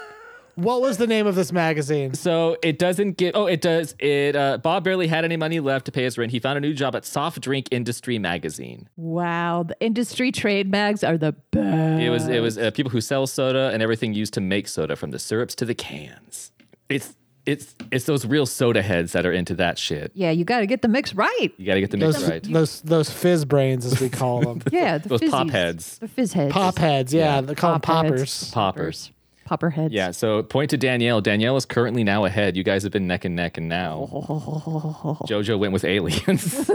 Speaker 2: what was the name of this magazine?
Speaker 3: So it doesn't get. Oh, it does. It uh, Bob barely had any money left to pay his rent. He found a new job at Soft Drink Industry Magazine.
Speaker 1: Wow, the industry trade mags are the best.
Speaker 3: It was it was uh, people who sell soda and everything used to make soda, from the syrups to the cans. It's it's it's those real soda heads that are into that shit.
Speaker 1: Yeah, you got to get the mix right.
Speaker 3: You got to get the mix
Speaker 2: Those
Speaker 3: right.
Speaker 2: those those fizz brains as we call
Speaker 3: *laughs*
Speaker 2: them,
Speaker 1: Yeah, the
Speaker 3: Those pop
Speaker 1: fizzies.
Speaker 3: heads.
Speaker 1: the fizz heads,
Speaker 2: pop heads. Yeah, they call them
Speaker 1: Pop
Speaker 2: poppers.
Speaker 3: Poppers.
Speaker 1: popper heads.
Speaker 3: Yeah. So point to Danielle. Danielle is currently now ahead. You guys have been neck and neck, and now
Speaker 1: *laughs*
Speaker 3: JoJo went with aliens.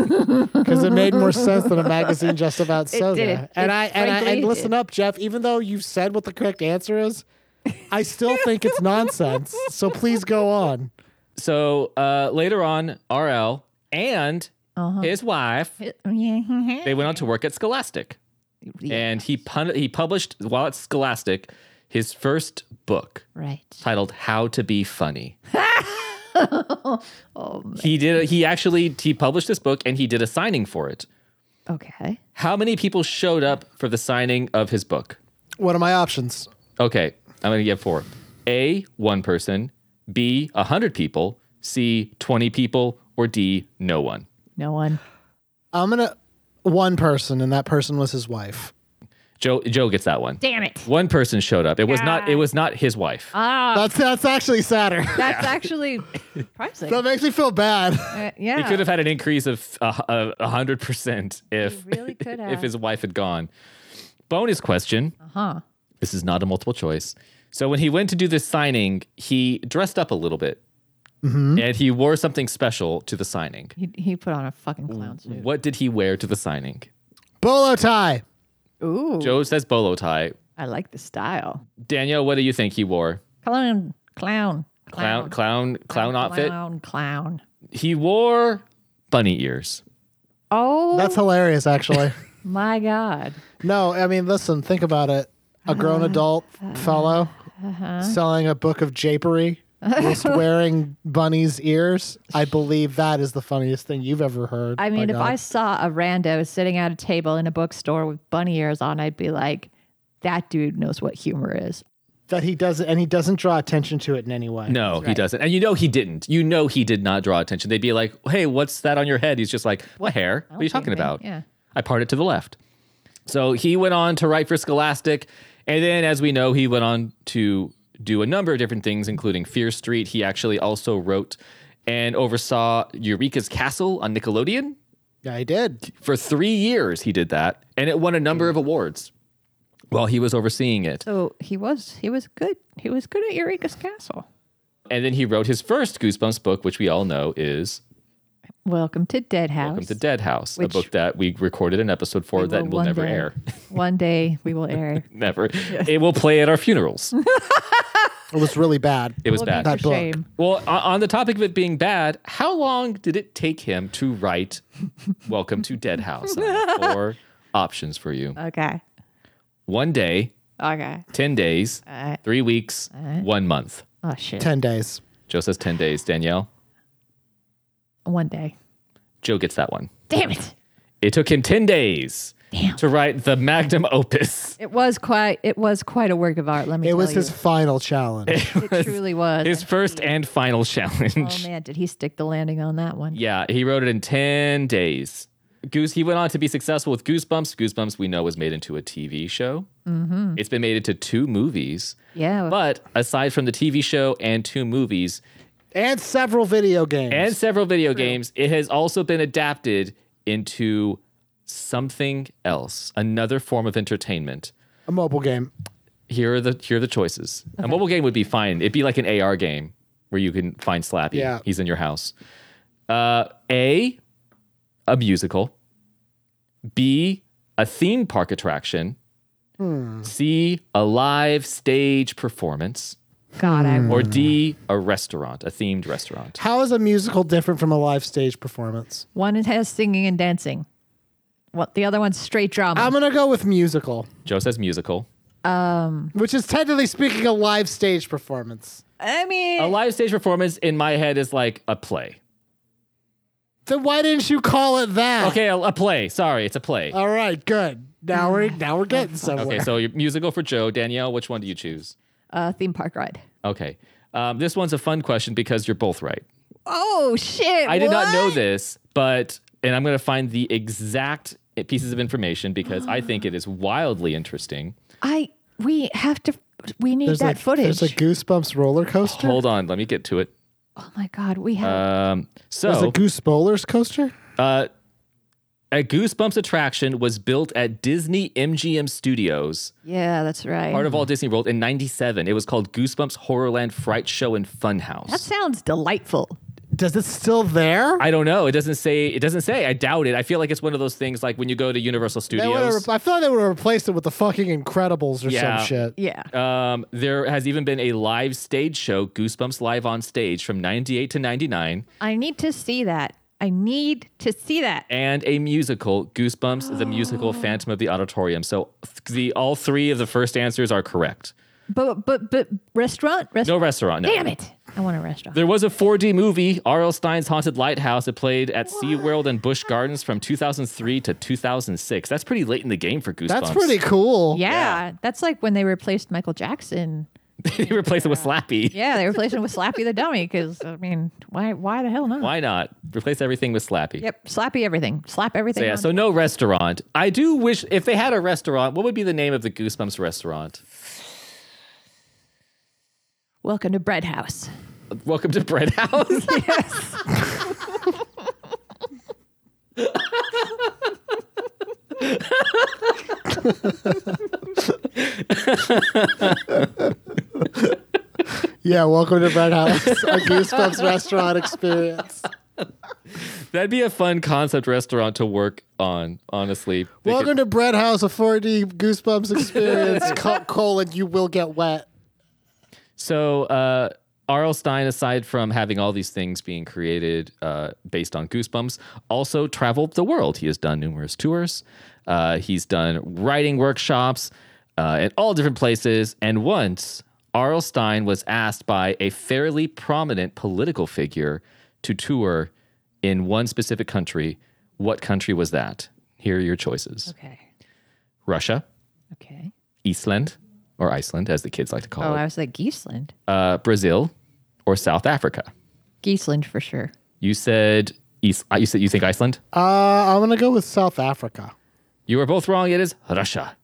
Speaker 2: because it made more sense
Speaker 1: *laughs*
Speaker 2: than a magazine just about soda.
Speaker 1: did.
Speaker 2: And
Speaker 1: It
Speaker 2: I and I
Speaker 1: frankly
Speaker 2: and listen
Speaker 1: did.
Speaker 2: up, Jeff. Even though you've said what the correct answer is, I still think it's nonsense. So please go on.
Speaker 3: so uh, later on, RL and his wife *laughs*
Speaker 1: Yeah.
Speaker 3: they went on to work at Scholastic. and he pun- he published while at Scholastic his first book
Speaker 1: right.
Speaker 3: titled "How to Be Funny." he did. A, he actually he published this book and he did a signing for it.
Speaker 1: Okay.
Speaker 3: How many people showed up for the signing of his book?
Speaker 2: What are my options?
Speaker 3: Okay, I'm gonna give four: A, one person; B, hundred people; C, twenty people; or D, no one.
Speaker 1: No one.
Speaker 2: I'm gonna one person, and that person was his wife.
Speaker 3: Joe Joe gets that one.
Speaker 1: Damn it.
Speaker 3: One person showed up. It was not. It was not his wife.
Speaker 1: Ah,
Speaker 2: That's that's actually sadder. *laughs*
Speaker 1: that's *laughs* actually surprising.
Speaker 2: That makes me feel bad.
Speaker 1: Uh, yeah.
Speaker 3: He could have had an increase of a hundred percent if
Speaker 1: really
Speaker 3: *laughs*
Speaker 1: could have. Uh-huh.
Speaker 3: if his wife had gone. Bonus question:
Speaker 1: Huh.
Speaker 3: This is not a multiple choice. So when he went to do this signing, he dressed up a little bit, and he wore something special to the signing.
Speaker 1: He, he put on a fucking clown suit.
Speaker 3: What did he wear to the signing?
Speaker 2: Bolo tie.
Speaker 1: Ooh.
Speaker 3: Joe says bolo tie.
Speaker 1: I like the style.
Speaker 3: Danielle, what do you think he wore?
Speaker 1: Clown. Clown.
Speaker 3: Clown, clown, clown outfit.
Speaker 1: Clown. Clown.
Speaker 3: He wore bunny ears.
Speaker 1: Oh
Speaker 2: That's hilarious, actually.
Speaker 1: my God.
Speaker 2: No, I mean, listen, think about it. A grown
Speaker 1: Uh-huh.
Speaker 2: adult fellow selling a book of
Speaker 1: *laughs*
Speaker 2: japery whilst wearing bunny's ears. I believe that is the funniest thing you've ever heard.
Speaker 1: I mean,
Speaker 2: by
Speaker 1: if
Speaker 2: God.
Speaker 1: I saw a rando sitting at a table in a bookstore with bunny ears on, I'd be like, that dude knows what humor is.
Speaker 2: that he doesn't, and he doesn't draw attention to it in any way.
Speaker 3: No, he
Speaker 1: right.
Speaker 3: doesn't. And you know he didn't. You know he did not draw attention. They'd be like, "Hey, what's that on your head?" He's just like, "What hair? What are you talking
Speaker 1: shaving,
Speaker 3: about?"
Speaker 1: yeah.
Speaker 3: I part it to the left. So he went on to write for Scholastic, and then, as we know, he went on to do a number of different things, including Fear Street. He actually also wrote and oversaw Eureka's Castle on Nickelodeon
Speaker 2: yeah, he did.
Speaker 3: for three years. He did that, and it won a number of awards while he was overseeing it.
Speaker 1: So he was he was good. He was good at Eureka's Castle.
Speaker 3: And then he wrote his first Goosebumps book, which we all know is
Speaker 1: Welcome to Dead House.
Speaker 3: Welcome to Dead House, a
Speaker 1: Which-
Speaker 3: book that we recorded an episode for that will
Speaker 1: one
Speaker 3: never
Speaker 1: day- *laughs*
Speaker 3: air. *laughs*
Speaker 1: One day we will air. *laughs*
Speaker 3: never. It will play at our funerals.
Speaker 2: It was really bad.
Speaker 3: It was
Speaker 1: Well,
Speaker 3: bad.
Speaker 1: that's a
Speaker 2: That book.
Speaker 1: shame.
Speaker 3: Well, o- on the topic of it being bad, how long did it take him
Speaker 1: *laughs*
Speaker 3: to write Welcome to Dead House? I have Four options for you
Speaker 1: Okay.
Speaker 3: one day,
Speaker 1: Okay.
Speaker 3: 10 days,
Speaker 1: Alright.
Speaker 3: three weeks, one month.
Speaker 1: Oh shit.
Speaker 2: Ten days.
Speaker 3: Joe says 10 days. Danielle,
Speaker 1: One day.
Speaker 3: Joe gets that one.
Speaker 1: Damn it.
Speaker 3: It took him 10 days
Speaker 1: Damn.
Speaker 3: to write the magnum opus.
Speaker 1: It was quite. It was quite a work of art. Let me.
Speaker 2: It
Speaker 1: tell
Speaker 2: was
Speaker 1: you.
Speaker 2: his final challenge.
Speaker 3: *laughs*
Speaker 1: It truly was.
Speaker 3: His first and final
Speaker 1: oh
Speaker 3: challenge.
Speaker 1: man, did he stick the landing on that one?
Speaker 3: Yeah, he wrote it in 10 days. Goose, he went on to be successful with Goosebumps. Goosebumps, we know, was made into a TV show. Mm-hmm. It's been made into two movies.
Speaker 1: Yeah.
Speaker 3: But aside from the TV show and two movies
Speaker 2: and several video games.
Speaker 3: and several video games, it has also been adapted into something else, another form of entertainment.
Speaker 2: a mobile game.
Speaker 3: Here are the here are the choices. A mobile game would be fine. It'd be like an AR game where you can find Slappy.
Speaker 2: Yeah.
Speaker 3: He's in your house. Uh, a a musical. B a theme park attraction. C a live stage performance.
Speaker 1: God,
Speaker 2: Hmm.
Speaker 1: I.
Speaker 3: Or D, a restaurant, a themed restaurant.
Speaker 2: How is a musical different from a live stage performance?
Speaker 1: One has singing and dancing. What the other one's straight drama.
Speaker 2: I'm gonna go with musical,
Speaker 3: Joe says musical.
Speaker 2: which is technically speaking a live stage performance.
Speaker 1: I mean,
Speaker 3: A live stage performance in my head is like a play.
Speaker 2: Then why didn't you call it that?
Speaker 3: Okay, a, a play. Sorry, it's a play.
Speaker 2: All right. Good. Now we're now we're getting somewhere.
Speaker 3: Okay, so your musical for Joe. Danielle, which one do you choose?
Speaker 1: uh, theme park ride.
Speaker 3: Okay. Um, this one's a fun question because you're both right.
Speaker 1: Oh shit!
Speaker 3: I did not know
Speaker 1: what?
Speaker 3: this, but, and I'm going to find the exact pieces of information because I think it is wildly interesting.
Speaker 1: I we have to. We need
Speaker 2: There's
Speaker 1: that
Speaker 2: like,
Speaker 1: footage.
Speaker 2: There's a Goosebumps roller coaster.
Speaker 3: Hold on, let me get to it.
Speaker 1: oh my god, we have.
Speaker 3: Um, so,
Speaker 2: There's a Goose Bowlers coaster.
Speaker 3: Uh, a Goosebumps attraction was built at Disney MGM Studios,
Speaker 1: yeah, that's right.
Speaker 3: part of Walt Disney World, in '97. It was called Goosebumps Horrorland Fright Show and Funhouse.
Speaker 1: that sounds delightful.
Speaker 2: Does it still there?
Speaker 3: I don't know. It doesn't say. It doesn't say. I doubt it. I feel like it's one of those things like when you go to Universal
Speaker 2: They would've
Speaker 3: Studios.
Speaker 2: re- I feel like they would have replaced it with the fucking Incredibles or
Speaker 3: Yeah.
Speaker 2: some shit.
Speaker 1: Yeah.
Speaker 3: Um, there has even been a live stage show, Goosebumps Live on Stage, from '98 to '99,
Speaker 1: I need to see that. I need to see that.
Speaker 3: and a musical, Goosebumps
Speaker 1: *gasps*
Speaker 3: the Musical Phantom of the Auditorium. So, th- the all three of the first answers are correct.
Speaker 1: But but but restaurant
Speaker 3: No
Speaker 1: restaurant.
Speaker 3: restaurant. No.
Speaker 1: Damn it! I want a restaurant.
Speaker 3: There was a 4D movie, R.L. Stein's Haunted Lighthouse. It played at SeaWorld and Busch Gardens from 2003 to 2006. That's pretty late in the game for Goosebumps.
Speaker 2: That's
Speaker 3: *laughs*
Speaker 2: pretty cool.
Speaker 1: yeah, that's like when they replaced Michael Jackson.
Speaker 3: they replaced it with Slappy.
Speaker 1: Yeah, they replaced him with Slappy the Dummy because I mean, why why the hell not?
Speaker 3: Why not? Replace everything with Slappy.
Speaker 1: Yep, Slappy everything, slap everything.
Speaker 3: So, yeah,
Speaker 1: on.
Speaker 3: so no restaurant. I do wish if they had a restaurant, what would be the name of the Goosebumps restaurant?
Speaker 1: welcome to Bread House.
Speaker 3: Welcome to Bread House. *laughs*
Speaker 1: Yes.
Speaker 2: Yeah, welcome to Bread House, *laughs* a Goosebumps restaurant experience.
Speaker 3: That'd be a fun concept restaurant to work on, honestly. They could-
Speaker 2: *laughs* Welcome to Bread House, a 4D Goosebumps *laughs* experience. Co- colon, you will get wet.
Speaker 3: So, uh, R.L. Stein, aside from having all these things being created uh, based on Goosebumps, also traveled the world. He has done numerous tours. Uh, he's done writing workshops uh, at all different places. And once, R.L. Stein was asked by a fairly prominent political figure to tour in one specific country. What country was that? Here are your choices
Speaker 1: okay.
Speaker 3: Russia,
Speaker 1: Okay.
Speaker 3: Iceland, or Iceland, as the kids like to call
Speaker 1: Oh,
Speaker 3: it,
Speaker 1: I was like Geesland.
Speaker 3: uh, Brazil, or South Africa.
Speaker 1: Geesland for sure.
Speaker 3: You said East. You said you think Iceland.
Speaker 2: Uh, I'm going to go with South Africa.
Speaker 3: You were both wrong. It is Russia.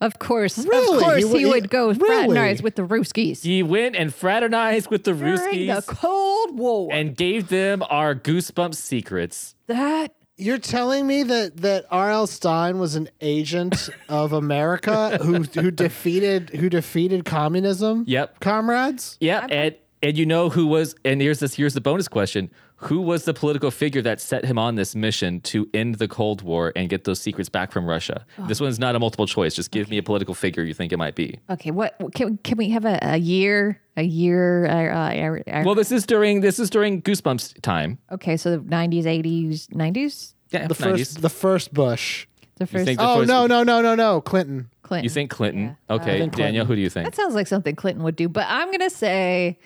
Speaker 1: Of course.
Speaker 2: Really?
Speaker 1: Of course
Speaker 2: You
Speaker 1: he,
Speaker 2: would- you-
Speaker 1: would go fraternize
Speaker 2: really?
Speaker 1: with the Ruskies.
Speaker 3: He went and fraternized with the
Speaker 1: During the
Speaker 3: Ruskies
Speaker 1: Cold War.
Speaker 3: and gave them our goosebump secrets.
Speaker 1: that
Speaker 2: You're telling me that that R.L. Stein was an agent of
Speaker 3: *laughs*
Speaker 2: America who who defeated who defeated communism?
Speaker 3: Yep.
Speaker 2: Comrades?
Speaker 3: Yep. and And you know who was? And here's this. Here's the bonus question: Who was the political figure that set him on this mission to end the Cold War and get those secrets back from Russia? This one's not a multiple choice. Just give me a political figure you think it might be.
Speaker 1: Okay, what can can we have a, a year? A year? Uh, uh, uh,
Speaker 3: Well, this is during this is during Goosebumps time.
Speaker 1: okay, so the nineties, eighties, nineties.
Speaker 3: Yeah,
Speaker 2: The
Speaker 3: 90s.
Speaker 2: first, the first Bush.
Speaker 1: The first
Speaker 3: think The
Speaker 2: Oh
Speaker 3: first-
Speaker 2: no, no, no, no, no, Clinton.
Speaker 1: Clinton.
Speaker 3: you think Clinton? Okay,
Speaker 2: think
Speaker 3: Daniel, who do you think?
Speaker 1: that sounds like something Clinton would do? But I'm gonna say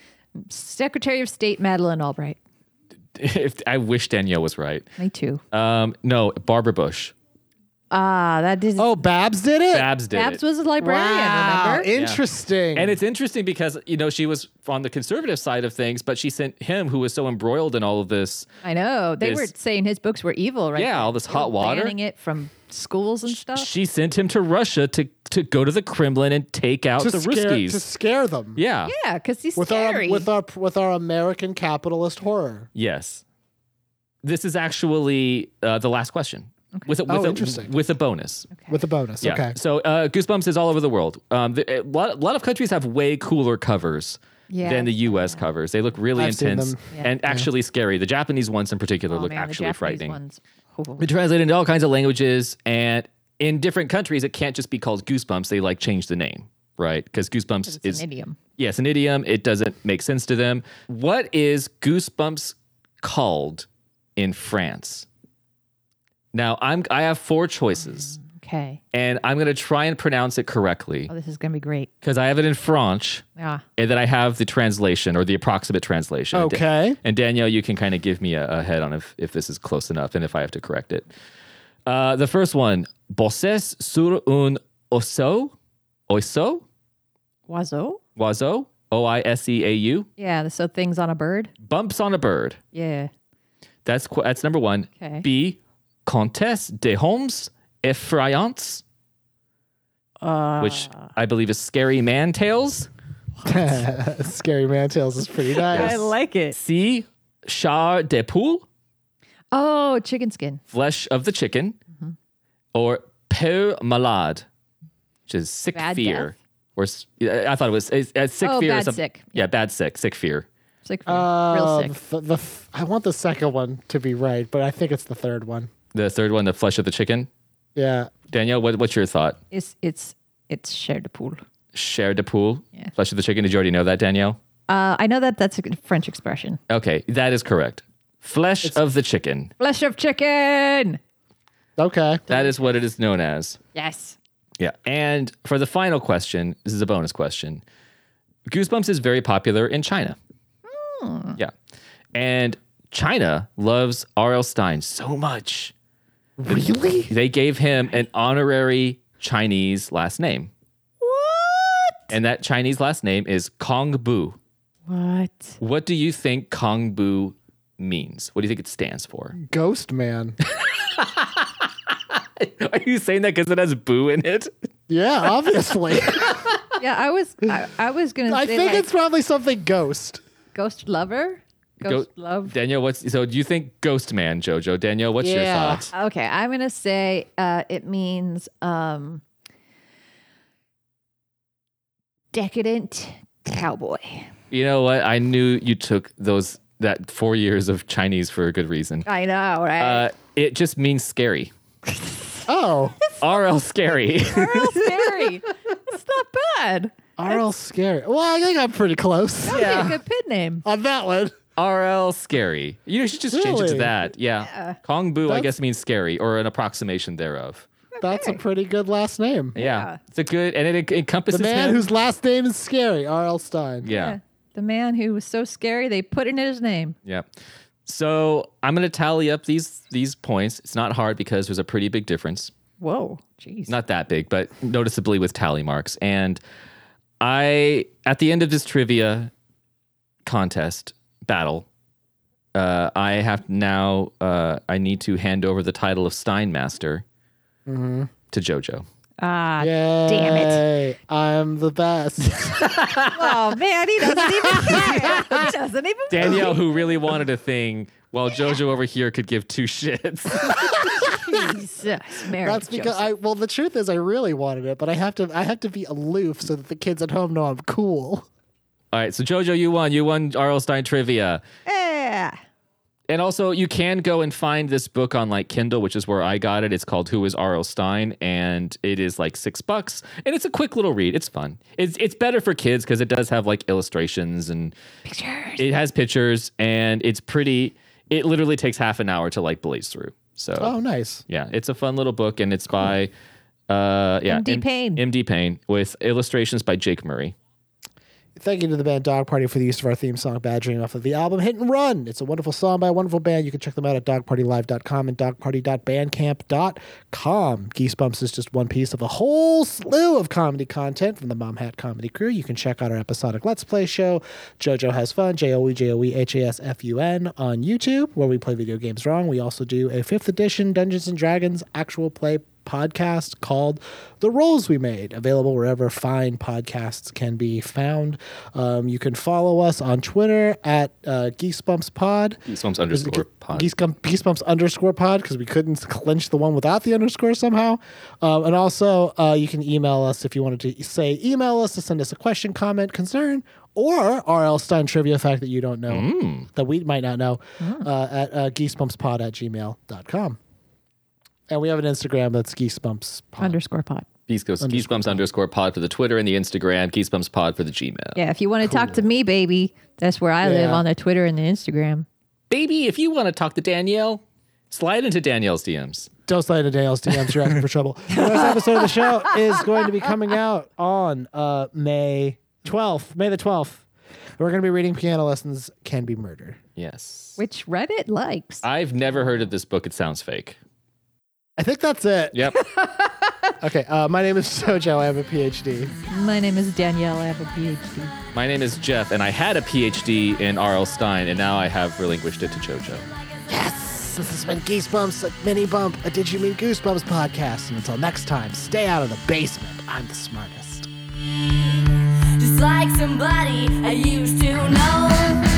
Speaker 1: Secretary of State Madeleine Albright.
Speaker 3: *laughs* if I wish Danielle was right.
Speaker 1: Me too.
Speaker 3: Um, no, Barbara Bush.
Speaker 1: Ah, that is.
Speaker 2: Oh, Babs did it.
Speaker 3: Babs did
Speaker 1: Babs
Speaker 3: it.
Speaker 1: was a librarian.
Speaker 2: wow,
Speaker 1: Remember?
Speaker 2: interesting.
Speaker 3: and it's interesting because you know she was on the conservative side of things, but she sent him, who was so embroiled in all of this,
Speaker 1: I know they
Speaker 3: This-
Speaker 1: were saying his books were evil, right?
Speaker 3: yeah, all this
Speaker 1: They
Speaker 3: hot
Speaker 1: were
Speaker 3: water.
Speaker 1: banning it from schools and stuff.
Speaker 3: She sent him to Russia to to go to the Kremlin and take out
Speaker 2: to
Speaker 3: the
Speaker 2: scare,
Speaker 3: Ruskies.
Speaker 2: to scare them.
Speaker 3: yeah.
Speaker 1: yeah, because he's
Speaker 2: With our,
Speaker 1: scary.
Speaker 2: with um, our with our American capitalist horror.
Speaker 3: Yes. This is actually uh, the last question. With a, with
Speaker 2: Oh,
Speaker 3: a,
Speaker 2: interesting.
Speaker 3: With a bonus.
Speaker 2: With a bonus.
Speaker 3: Yeah.
Speaker 2: Okay.
Speaker 3: So uh, Goosebumps is all over the world. Um, the, a, lot, a lot of countries have way cooler covers
Speaker 1: Yeah.
Speaker 3: than the U.S. covers. They look really
Speaker 2: I've seen
Speaker 3: intense
Speaker 2: them.
Speaker 3: and actually scary. The Japanese ones in particular
Speaker 1: Oh,
Speaker 3: look
Speaker 1: man, the
Speaker 3: actually
Speaker 1: Japanese
Speaker 3: frightening.
Speaker 1: ones. Oh.
Speaker 3: We translate into all kinds of languages, and in different countries, it can't just be called Goosebumps. They like change the name, right? Because Goosebumps
Speaker 1: It's
Speaker 3: is
Speaker 1: an idiom.
Speaker 3: yes, an idiom. It doesn't make sense to them. What is goosebumps called in France? Now I'm I have four
Speaker 1: Mm.
Speaker 3: choices,
Speaker 1: Okay.
Speaker 3: and I'm gonna try and pronounce it correctly
Speaker 1: Oh, this is gonna be great. Ah.
Speaker 3: because I have it in French,
Speaker 1: Yeah.
Speaker 3: and then I have the translation or the approximate translation. And Da-
Speaker 2: Okay.
Speaker 3: And Danielle, you can kind of give me a, a head on if if this is close enough and if I have to correct it. Uh, the first one, bosses sur un oiseau, oiseau,
Speaker 1: Wazo.
Speaker 3: oiseau, o i s e a u.
Speaker 1: Yeah. So things on a bird.
Speaker 3: bumps on a bird.
Speaker 1: Yeah.
Speaker 3: That's qu- that's number one.
Speaker 1: Okay.
Speaker 3: B, Comtesse de Holmes effrayance,
Speaker 1: Uh,
Speaker 3: which I believe is scary man tales.
Speaker 2: *laughs* Scary Man Tales is
Speaker 3: *laughs*
Speaker 2: pretty nice.
Speaker 1: like it.
Speaker 3: C, char de poule,
Speaker 1: Oh, chicken skin.
Speaker 3: flesh of the chicken,
Speaker 1: Mm-hmm.
Speaker 3: or peur malade, which is sick
Speaker 1: Bad
Speaker 3: fear.
Speaker 1: death?
Speaker 3: Or s- I thought it was it's, it's sick
Speaker 1: Oh,
Speaker 3: fear. or
Speaker 1: bad
Speaker 3: something.
Speaker 1: sick.
Speaker 3: Yeah, bad sick, sick fear.
Speaker 1: Sick. fear.
Speaker 2: Uh,
Speaker 1: Real
Speaker 2: the
Speaker 1: sick.
Speaker 2: th- the f- I want the second one to be right, but I think it's the third one.
Speaker 3: The third one, the flesh of the chicken.
Speaker 2: Yeah.
Speaker 3: Danielle, what, what's your thought?
Speaker 1: It's it's it's shared de poule.
Speaker 3: Chair de poule, flesh of the chicken. Did you already know that, Danielle?
Speaker 1: Uh, I know that that's a French expression.
Speaker 3: Okay, that is correct. Flesh of the chicken.
Speaker 1: Flesh of chicken.
Speaker 2: Okay.
Speaker 3: That is what it is known as.
Speaker 1: Yes.
Speaker 3: Yeah. And for the final question, this is a bonus question. Goosebumps is very popular in China.
Speaker 2: Hmm.
Speaker 3: Yeah. And China loves R.L. Stein so much.
Speaker 2: Really?
Speaker 3: They gave him an honorary Chinese last name. What? And that Chinese last name is Kong Bu.
Speaker 1: What?
Speaker 3: What do you think Kong Bu means? What do you think it stands for? *laughs*
Speaker 2: Ghost Man.
Speaker 3: Are you saying that because it has boo in it?
Speaker 1: *laughs*
Speaker 2: Yeah, obviously.
Speaker 1: Yeah, I was I, I was gonna
Speaker 2: I
Speaker 1: say
Speaker 2: think
Speaker 1: like
Speaker 2: it's probably something ghost.
Speaker 1: ghost lover. Ghost
Speaker 3: Go-
Speaker 1: love.
Speaker 3: Danielle, what's so? Do you think Ghost Man, Jojo? Danielle, what's your
Speaker 2: Yeah.
Speaker 3: thoughts?
Speaker 1: Okay, I'm gonna say uh, it means um, decadent cowboy.
Speaker 3: You know what? I knew you took those that four years of Chinese for a good reason.
Speaker 1: I know, right?
Speaker 3: Uh, it just means scary.
Speaker 1: *laughs*
Speaker 2: Oh,
Speaker 3: RL scary. *laughs*
Speaker 1: Real scary. it's not bad.
Speaker 2: RL Scary. Well, I think I'm pretty close
Speaker 1: That'd be a good pit name.
Speaker 2: on that one.
Speaker 3: RL scary. You should just change it to
Speaker 2: Really?
Speaker 3: that. Yeah. Kong Bu, I
Speaker 2: That's-
Speaker 3: guess, means scary or an approximation thereof.
Speaker 2: That's a
Speaker 1: Okay.
Speaker 2: pretty good last name.
Speaker 3: Yeah.
Speaker 1: Yeah.
Speaker 3: It's a good, and it en-
Speaker 2: The
Speaker 3: encompasses
Speaker 2: man
Speaker 3: him.
Speaker 2: whose last name is Scary, RL Stein.
Speaker 3: yeah.
Speaker 1: The man who was so scary they put in his name.
Speaker 3: Yeah. So I'm gonna tally up these these points. It's not hard because there's a pretty big difference.
Speaker 1: Whoa, jeez.
Speaker 3: Not that big, but noticeably with tally marks. And I at the end of this trivia contest battle, uh, I have now uh, I need to hand over the title of Steinmaster to Jojo.
Speaker 1: Ah,
Speaker 2: Damn
Speaker 1: it.
Speaker 2: I'm
Speaker 1: *laughs*
Speaker 2: the best.
Speaker 1: oh man, he doesn't *laughs* even care. He doesn't even.
Speaker 3: Danielle, who really wanted a thing, while Jojo over here could give two shits.
Speaker 1: Jesus, Mary
Speaker 2: That's because
Speaker 1: Joseph.
Speaker 2: I well the truth is I really wanted it, but I have to I have to be aloof so that the kids at home know I'm cool.
Speaker 3: *laughs* All right, so Jojo, you won. You won Arlstein trivia.
Speaker 1: Yeah.
Speaker 3: And also, you can go and find this book on like Kindle, which is where I got it. It's called Who is R.L. Stein? And it is like six bucks. And it's a quick little read. It's fun. It's, it's better for kids because it does have like illustrations and
Speaker 1: Pictures.
Speaker 3: it has pictures and it's pretty. It literally takes half an hour to like blaze through. So,
Speaker 2: Oh, nice.
Speaker 3: yeah, it's a fun little book and it's by, uh, yeah,
Speaker 1: MD Payne.
Speaker 3: MD Payne with illustrations by Jake Murray.
Speaker 2: Thank you to the band Dog Party for the use of our theme song Bad Dream off of the album Hit and Run. It's a wonderful song by a wonderful band. You can check them out at dogpartylive.com and dogparty.bandcamp.com. Geesebumps is just one piece of a whole slew of comedy content from the Mom Hat Comedy Crew. You can check out our episodic Let's Play show, JoJo Has Fun, J O E J O E H A S F U N, on YouTube, where we play video games wrong. We also do a fifth edition Dungeons and Dragons actual play podcast called The Rolls We Made, available wherever fine podcasts can be found. Um, you can follow us on Twitter at uh, Geesebumps Pod.
Speaker 3: Geesebumps underscore pod.
Speaker 2: Geesebumps, Geesebumps underscore pod because we couldn't clinch the one without the underscore somehow. Um, and also, uh, you can email us if you wanted to say email us to send us a question, comment, concern, or RL Stein trivia fact that you don't know,
Speaker 3: Hmm.
Speaker 2: that we might not know, uh, at uh, geesebumpspod at gmail.com. And we have an Instagram that's geesebumps pod.
Speaker 1: Underscore pod.
Speaker 3: Geesebumps underscore, underscore pod for the Twitter and the Instagram, Geesebumps pod for the Gmail.
Speaker 1: Yeah. If you want to talk to me, baby, that's where I live
Speaker 2: Yeah.
Speaker 1: on the Twitter and the Instagram.
Speaker 3: Baby, if you want to talk to Danielle, slide into Danielle's DMs.
Speaker 2: Don't slide into Dale's DMs. You're asking for trouble. The next episode of the show is going to be coming out on uh, May 12th. May the 12th. We're going to be reading Piano Lessons Can Be Murder.
Speaker 3: Yes.
Speaker 1: Which Reddit likes.
Speaker 3: I've never heard of this book. It sounds fake.
Speaker 2: I think that's it.
Speaker 3: Yep.
Speaker 2: Okay. Uh, my name is Sojo. I have a PhD.
Speaker 1: My name is Danielle. I have a PhD.
Speaker 3: My name is Jeff, and I had a PhD in R.L. Stein, and now I have relinquished it to JoJo.
Speaker 2: Yes. This has been Geesebumps, a mini bump, a Did You Mean Goosebumps podcast. And until next time, stay out of the basement. I'm the smartest.
Speaker 4: just like somebody I used to know.